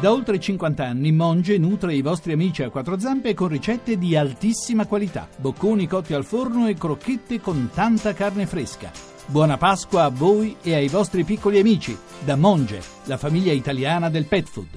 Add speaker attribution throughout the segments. Speaker 1: Da oltre 50 anni Monge nutre i vostri amici a quattro zampe con ricette di altissima qualità. Bocconi cotti al forno e crocchette con tanta carne fresca. Buona Pasqua a voi e ai vostri piccoli amici da Monge, la famiglia italiana del pet food.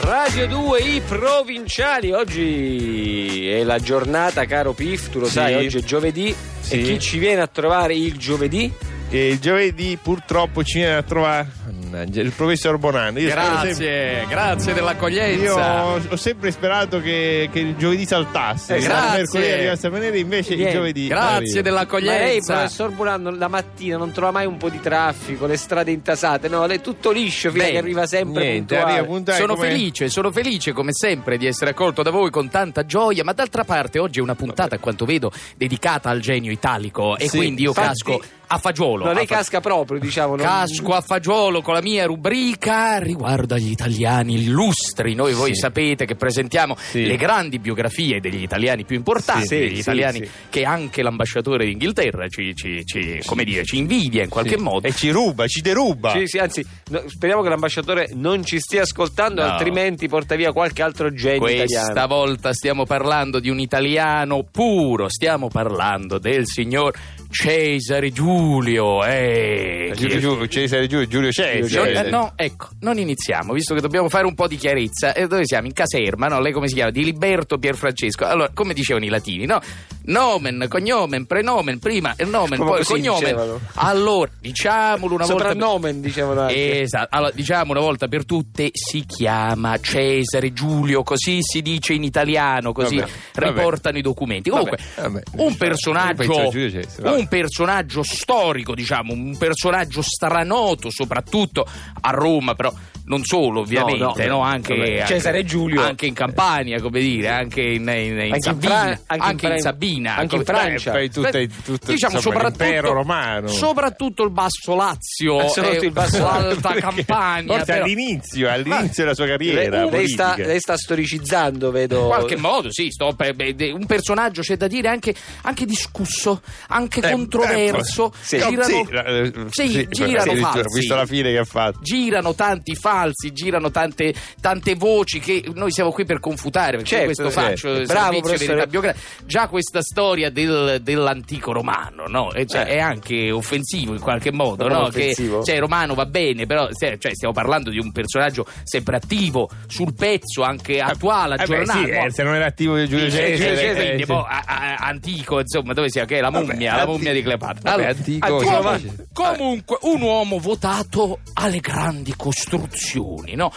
Speaker 2: Radio 2, i provinciali. Oggi è la giornata, caro Pif, tu lo
Speaker 3: Sì.
Speaker 2: sai, oggi è giovedì.
Speaker 3: Sì.
Speaker 2: E chi ci viene a trovare il giovedì?
Speaker 3: E il giovedì purtroppo ci viene a trovare mannaggia, il professor Bonanno. Io spero sempre-
Speaker 4: Grazie, grazie
Speaker 3: Io
Speaker 4: dell'accoglienza.
Speaker 3: ho ho sempre sperato che, che il giovedì saltasse,
Speaker 2: Eh,
Speaker 3: il
Speaker 4: grazie.
Speaker 3: mercoledì arrivasse a venire, invece il
Speaker 2: Vieni.
Speaker 3: giovedì.
Speaker 4: Grazie
Speaker 3: arriva.
Speaker 2: Ma lei,
Speaker 4: dell'accoglienza.
Speaker 2: professor Bulanno, la mattina non trova mai un po' di traffico, le strade intasate, no? Lei è tutto liscio fino a
Speaker 4: Bene,
Speaker 2: che arriva sempre
Speaker 3: Niente,
Speaker 2: puntuale.
Speaker 3: arriva puntuale
Speaker 4: Sono
Speaker 3: come-
Speaker 4: felice, sono felice come sempre di essere accolto da voi con tanta gioia, ma d'altra parte oggi è una puntata, a quanto vedo, dedicata al genio italico e
Speaker 3: Sì,
Speaker 4: quindi io
Speaker 2: infatti-
Speaker 4: casco a fagiolo.
Speaker 2: No, lei
Speaker 4: a fa-
Speaker 2: casca proprio, diciamo. non-
Speaker 4: Casco a fagiolo con la mia rubrica riguardo agli italiani illustri. Noi voi
Speaker 3: Sì.
Speaker 4: sapete che presentiamo
Speaker 3: Sì.
Speaker 4: le grandi biografie degli italiani più importanti,
Speaker 2: Sì,
Speaker 4: degli
Speaker 2: sì,
Speaker 4: italiani
Speaker 2: sì.
Speaker 4: che anche l'ambasciatore d'Inghilterra ci, ci- ci- come dire, ci invidia in qualche
Speaker 3: Sì.
Speaker 4: modo.
Speaker 3: E ci ruba, ci deruba. Eh,
Speaker 2: Sì, sì, anzi, no, speriamo che l'ambasciatore non ci stia ascoltando,
Speaker 4: No.
Speaker 2: altrimenti porta via qualche altro genio
Speaker 4: Questa
Speaker 2: italiano.
Speaker 4: volta stiamo parlando di un italiano puro, stiamo parlando del signor Cesare Giulio. Eh, chi
Speaker 3: Giulio,
Speaker 4: è-
Speaker 3: Giulio- Cesare Giulio, Giulio Cesare.
Speaker 2: Giulio
Speaker 4: Non-
Speaker 2: Cesare.
Speaker 4: eh, no, ecco, non iniziamo, visto che dobbiamo fare un po' di chiarezza. Eh, dove siamo? In caserma, no? Lei come si chiama? Di Liberto Pierfrancesco. Allora, come dicevano i latini, no? Nomen, cognomen, prenomen, prima eh, nomen,
Speaker 2: Come
Speaker 4: poi
Speaker 2: così
Speaker 4: cognomen.
Speaker 2: dicevano.
Speaker 4: Allora, diciamolo una volta per-
Speaker 2: Soprannomen, dicevano anche.
Speaker 4: Esatto, allora diciamo una volta per tutte si chiama Cesare Giulio, così si dice in italiano, così
Speaker 3: Vabbè, vabbè.
Speaker 4: riportano i documenti. Comunque,
Speaker 3: Vabbè, vabbè,
Speaker 4: un
Speaker 3: diciamo, poi
Speaker 4: personaggio
Speaker 3: c'è Giulio Cesare, vabbè.
Speaker 4: un personaggio storico, diciamo, un personaggio stranoto soprattutto a Roma, però non solo ovviamente,
Speaker 2: no,
Speaker 4: no, anche
Speaker 2: vabbè. Cesare
Speaker 4: anche-
Speaker 2: Giulio.
Speaker 4: anche in Campania, come dire, anche in, in- in Sabina,
Speaker 2: Fra- anche in
Speaker 4: anche in
Speaker 2: Fra-
Speaker 4: Sabina,
Speaker 2: anche in
Speaker 4: come-
Speaker 2: Francia.
Speaker 3: Beh, poi tutte- tutte,
Speaker 4: diciamo
Speaker 3: insomma,
Speaker 4: soprattutto
Speaker 3: l'impero romano.
Speaker 4: soprattutto il basso Lazio,
Speaker 2: Eh, soprattutto
Speaker 4: eh,
Speaker 2: il basso-
Speaker 4: l'alta
Speaker 3: Perché-
Speaker 4: Campania,
Speaker 3: Forse
Speaker 4: però-
Speaker 3: all'inizio, all'inizio della sua
Speaker 2: Lei,
Speaker 3: carriera.
Speaker 2: uh, lei
Speaker 3: politica.
Speaker 2: sta, lei sta storicizzando, vedo.
Speaker 4: In qualche modo, sì, sto per- beh, de- un personaggio c'è da dire anche, anche discusso, anche
Speaker 3: Eh,
Speaker 4: controverso.
Speaker 3: ecco, sì.
Speaker 4: girano,
Speaker 3: Sì, la- eh,
Speaker 4: sì,
Speaker 3: sì,
Speaker 4: girano
Speaker 3: sì,
Speaker 4: falsi.
Speaker 3: ho visto la fine che ha fatto.
Speaker 4: Girano tanti falsi, girano tante, tante voci che noi siamo qui per confutare. Perché
Speaker 2: Certo,
Speaker 4: questo
Speaker 2: certo.
Speaker 4: faccio il
Speaker 2: Bravo,
Speaker 4: servizio
Speaker 2: professore.
Speaker 4: verità biografica. Già questa storia del- dell'antico romano no? E cioè,
Speaker 2: Eh.
Speaker 4: è anche offensivo in qualche modo.
Speaker 2: Ma
Speaker 4: No? Che,
Speaker 2: offensivo?
Speaker 4: cioè, romano va bene, però se- cioè, stiamo parlando di un personaggio sempre attivo, sul pezzo, anche attuale,
Speaker 3: Eh beh,
Speaker 4: aggiornato.
Speaker 3: sì, eh, se non era attivo di Giulio
Speaker 4: Sì,
Speaker 3: Cesare,
Speaker 4: sì, sì, sì,
Speaker 3: eh,
Speaker 4: quindi
Speaker 3: sì.
Speaker 4: boh, a- a- antico, insomma, dove sia che è la
Speaker 3: Vabbè,
Speaker 4: mummia, la
Speaker 3: antico.
Speaker 4: mummia di Cleopatra.
Speaker 3: Vabbè,
Speaker 4: Allora,
Speaker 3: antico,
Speaker 4: comu-
Speaker 3: vabbè.
Speaker 4: comunque, un uomo votato alle grandi costruzioni, no?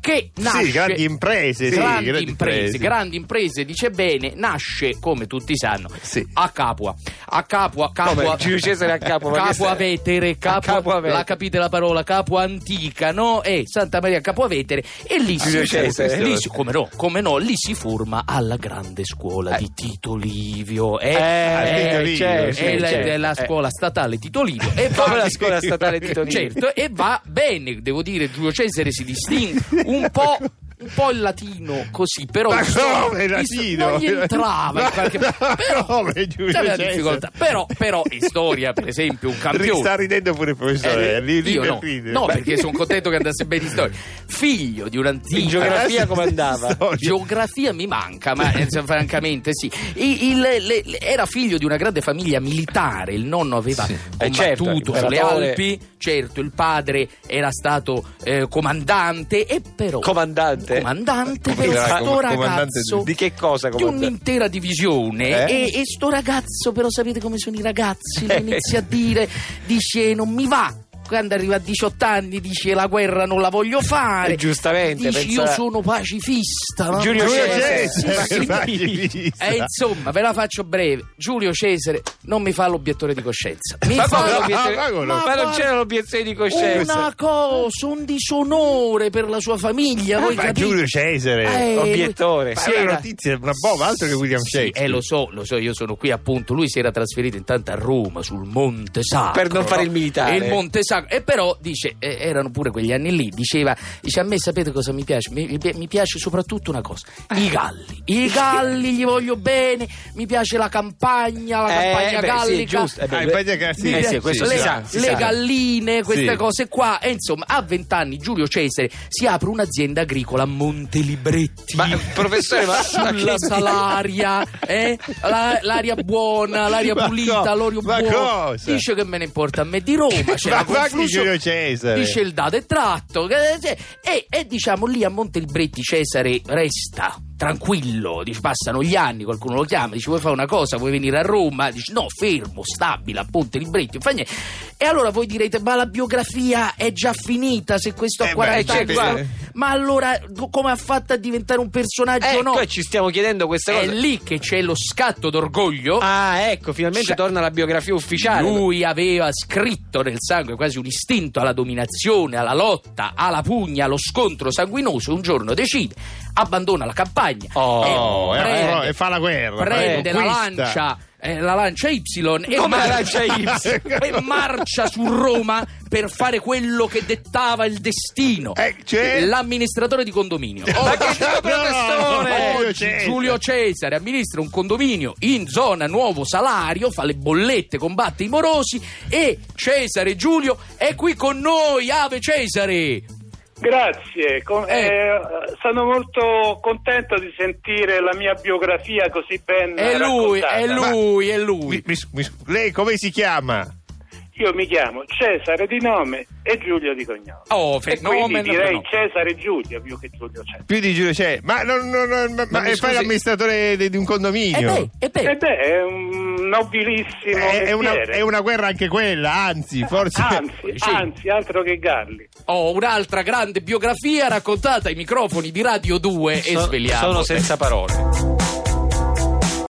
Speaker 4: Che nasce
Speaker 3: Sì, grandi imprese, sì,
Speaker 4: grandi,
Speaker 3: grandi
Speaker 4: imprese,
Speaker 3: imprese.
Speaker 4: grandi imprese, dice bene, nasce come tutti sanno
Speaker 3: Sì.
Speaker 4: a Capua, a Capua, Capua,
Speaker 2: Come? Giulio Cesare a Capua, ma che
Speaker 4: Capua
Speaker 2: stai-
Speaker 4: Vetere, Capua,
Speaker 2: A Capua Vetere.
Speaker 4: la capite la parola Capua Antica, no? E Santa Maria Capua Vetere e lì
Speaker 2: Giulio
Speaker 4: si,
Speaker 2: Cesare.
Speaker 4: lì si- come no, come no, lì si forma alla grande scuola di Tito Livio, eh,
Speaker 2: Eh,
Speaker 3: Eh,
Speaker 4: eh,
Speaker 3: Tito
Speaker 2: eh,
Speaker 3: Livio,
Speaker 2: certo,
Speaker 3: sì, Eh.
Speaker 4: e la,
Speaker 2: certo.
Speaker 4: la scuola statale Tito Livio e
Speaker 2: Eh, come
Speaker 4: va-
Speaker 2: la scuola statale di Torino.
Speaker 4: Certo, e va bene, devo dire, Giulio Cesare si distingue un po'. Un po' il latino così, però
Speaker 3: Ma
Speaker 4: insomma,
Speaker 3: come il
Speaker 4: visto-
Speaker 3: latino?
Speaker 4: non gli entrava in
Speaker 3: Ma
Speaker 4: qualche
Speaker 3: no,
Speaker 4: però,
Speaker 3: come Giulio
Speaker 4: c'era la
Speaker 3: Cesare?
Speaker 4: difficoltà. Però, però in storia, per esempio, un
Speaker 3: Ri- Sta
Speaker 4: campione.
Speaker 3: ridendo pure il professore.
Speaker 2: Cioè,
Speaker 4: Eh,
Speaker 3: ri- ri-
Speaker 4: io
Speaker 3: per
Speaker 4: no,
Speaker 3: ridere.
Speaker 4: no,
Speaker 3: Beh,
Speaker 4: perché sono contento che andasse bene in storia. Figlio di un
Speaker 2: In
Speaker 4: antico
Speaker 2: geografia come andava?
Speaker 3: storia.
Speaker 4: Geografia mi manca, ma eh, cioè, francamente sì. I- il- le- le- era figlio di una grande famiglia militare, il nonno aveva
Speaker 2: Eh, certo,
Speaker 4: combattuto sulle
Speaker 2: imperatore.
Speaker 4: Alpi, certo il padre era stato eh, comandante e però...
Speaker 2: Comandante.
Speaker 4: Comandante, però
Speaker 3: Comandante,
Speaker 4: sto
Speaker 3: comandante
Speaker 4: ragazzo
Speaker 2: Di che cosa,
Speaker 4: di
Speaker 2: comandante?
Speaker 4: un'intera divisione
Speaker 3: Eh?
Speaker 4: e, e sto ragazzo però sapete come sono i ragazzi
Speaker 2: Eh.
Speaker 4: lo inizia a dire dice non mi va quando arriva a 18 anni dice la guerra non la voglio fare
Speaker 2: Eh, giustamente,
Speaker 4: dici
Speaker 2: pensa-
Speaker 4: io sono pacifista no?
Speaker 2: Giulio
Speaker 3: Giulio
Speaker 2: Cesare.
Speaker 3: Cesare,
Speaker 4: Sì, sì.
Speaker 3: pacifista.
Speaker 4: Eh, insomma, ve la faccio breve. Giulio Cesare non mi fa l'obiettore di coscienza. Mi
Speaker 2: Ma,
Speaker 4: fa
Speaker 2: come
Speaker 3: no,
Speaker 2: l'obiezione-
Speaker 3: ma come no?
Speaker 2: ma non
Speaker 4: guarda-
Speaker 2: c'era l'obiezione di coscienza.
Speaker 4: una cosa, un disonore per la sua famiglia. voi
Speaker 3: Ma
Speaker 4: capite?
Speaker 3: Giulio Cesare.
Speaker 4: Eh,
Speaker 2: Obiettore.
Speaker 3: Ma
Speaker 4: sì,
Speaker 3: è una
Speaker 4: era-
Speaker 3: notizia, una bomba, altro che William
Speaker 4: Sì,
Speaker 3: Shakespeare.
Speaker 4: eh, lo so, lo so, io sono qui appunto. Lui si era trasferito intanto a Roma, sul Monte Sacro.
Speaker 2: Per non fare
Speaker 4: no?
Speaker 2: il militare.
Speaker 4: E il Monte Sacro fa- E però dice, eh, erano pure quegli anni lì, diceva, dice a me sapete cosa mi piace? Mi, mi pi- mi piace soprattutto una cosa, i galli, i galli gli voglio bene, mi piace la campagna, la campagna
Speaker 2: Eh, beh,
Speaker 4: gallica.
Speaker 2: sì, giusto. Eh, beh,
Speaker 3: Ah, in Paglia Cazzi-
Speaker 2: eh, sì, questo
Speaker 4: le,
Speaker 2: si sa, si
Speaker 4: le
Speaker 2: sa.
Speaker 4: galline, queste
Speaker 3: Sì.
Speaker 4: cose qua. E insomma, a vent'anni Giulio Cesare si apre un'azienda agricola a Montelibretti.
Speaker 2: Ma professore, ma ma
Speaker 4: sulla
Speaker 2: che-
Speaker 4: salaria, eh? La- l'aria buona, l'aria
Speaker 3: Ma
Speaker 4: pulita,
Speaker 3: co-
Speaker 4: l'olio
Speaker 3: ma
Speaker 4: buono.
Speaker 3: cosa?
Speaker 4: Dice che me ne importa a me di Roma, c'è
Speaker 3: Ma
Speaker 4: la
Speaker 3: guardi
Speaker 4: Conflusso,
Speaker 3: Giulio Cesare.
Speaker 4: Dice il dato è tratto. che- che- E, e diciamo lì a Montelibretti Cesare resta tranquillo, dice, passano gli anni, qualcuno lo chiama, dice vuoi fare una cosa, vuoi venire a Roma? Dice no, fermo, stabile a Ponte Libretti, non fa niente. E allora voi direte ma la biografia è già finita se questo
Speaker 3: Eh
Speaker 4: a
Speaker 3: beh,
Speaker 4: 40 anni
Speaker 2: certo.
Speaker 4: fa. Ma allora co- come ha fatto a diventare un personaggio
Speaker 2: Eh,
Speaker 4: no?
Speaker 2: noi ci stiamo chiedendo questa
Speaker 4: È
Speaker 2: cosa.
Speaker 4: lì che c'è lo scatto d'orgoglio.
Speaker 2: Ah, ecco, finalmente
Speaker 4: Cioè-
Speaker 2: torna la biografia ufficiale.
Speaker 4: Lui aveva scritto nel sangue quasi un istinto alla dominazione, alla lotta, alla pugna, allo scontro sanguinoso. Un giorno decide, abbandona la campagna
Speaker 3: Oh,
Speaker 4: e,
Speaker 3: eh,
Speaker 4: prende,
Speaker 3: eh, fa la guerra,
Speaker 4: prende
Speaker 3: eh,
Speaker 4: la
Speaker 3: conquista.
Speaker 4: lancia. eh, la lancia Y e,
Speaker 2: Come la
Speaker 4: marcia,
Speaker 2: lancia
Speaker 3: Y?
Speaker 4: e marcia su Roma per fare quello che dettava il destino,
Speaker 3: Eh, cioè?
Speaker 4: l'amministratore di condominio.
Speaker 2: Ma che dico,
Speaker 3: No,
Speaker 2: professore?
Speaker 3: Giulio
Speaker 4: Oggi
Speaker 3: Cesare.
Speaker 4: Giulio Cesare amministra un condominio in zona Nuovo Salario, fa le bollette, combatte i morosi e Cesare Giulio è qui con noi, Ave Cesare!
Speaker 5: Grazie, con-
Speaker 4: Eh.
Speaker 5: eh, sono molto contento di sentire la mia biografia così ben
Speaker 4: È lui,
Speaker 5: raccontata.
Speaker 4: è lui, è lui.
Speaker 3: Mi- mi- mi- lei come si chiama?
Speaker 5: Io mi chiamo Cesare di nome e Giulio di cognome.
Speaker 4: Oh,
Speaker 3: Cioè,
Speaker 5: e quindi
Speaker 4: fenomeno.
Speaker 5: direi
Speaker 4: fenomeno.
Speaker 5: Cesare Giulio più che Giulio Cesare.
Speaker 3: Più di Giulio Cesare. Ma, non- non- non- ma-
Speaker 2: Ma
Speaker 3: ma-
Speaker 2: mi
Speaker 3: e fai
Speaker 2: scusi-
Speaker 3: l'amministratore di, di un
Speaker 4: E
Speaker 3: condominio?
Speaker 4: Eh beh, e beh.
Speaker 5: E beh, è un nobilissimo
Speaker 3: Eh. È,
Speaker 2: Eh,
Speaker 3: è una,
Speaker 5: mestiere.
Speaker 3: è una guerra anche quella, anzi, forse.
Speaker 2: Ah,
Speaker 5: Anzi,
Speaker 4: Sì.
Speaker 5: anzi, altro che Galli.
Speaker 4: Ho un'altra grande biografia raccontata ai microfoni di Radio 2 e Eh,
Speaker 2: Sono-
Speaker 4: svegliamo.
Speaker 2: Sono senza parole.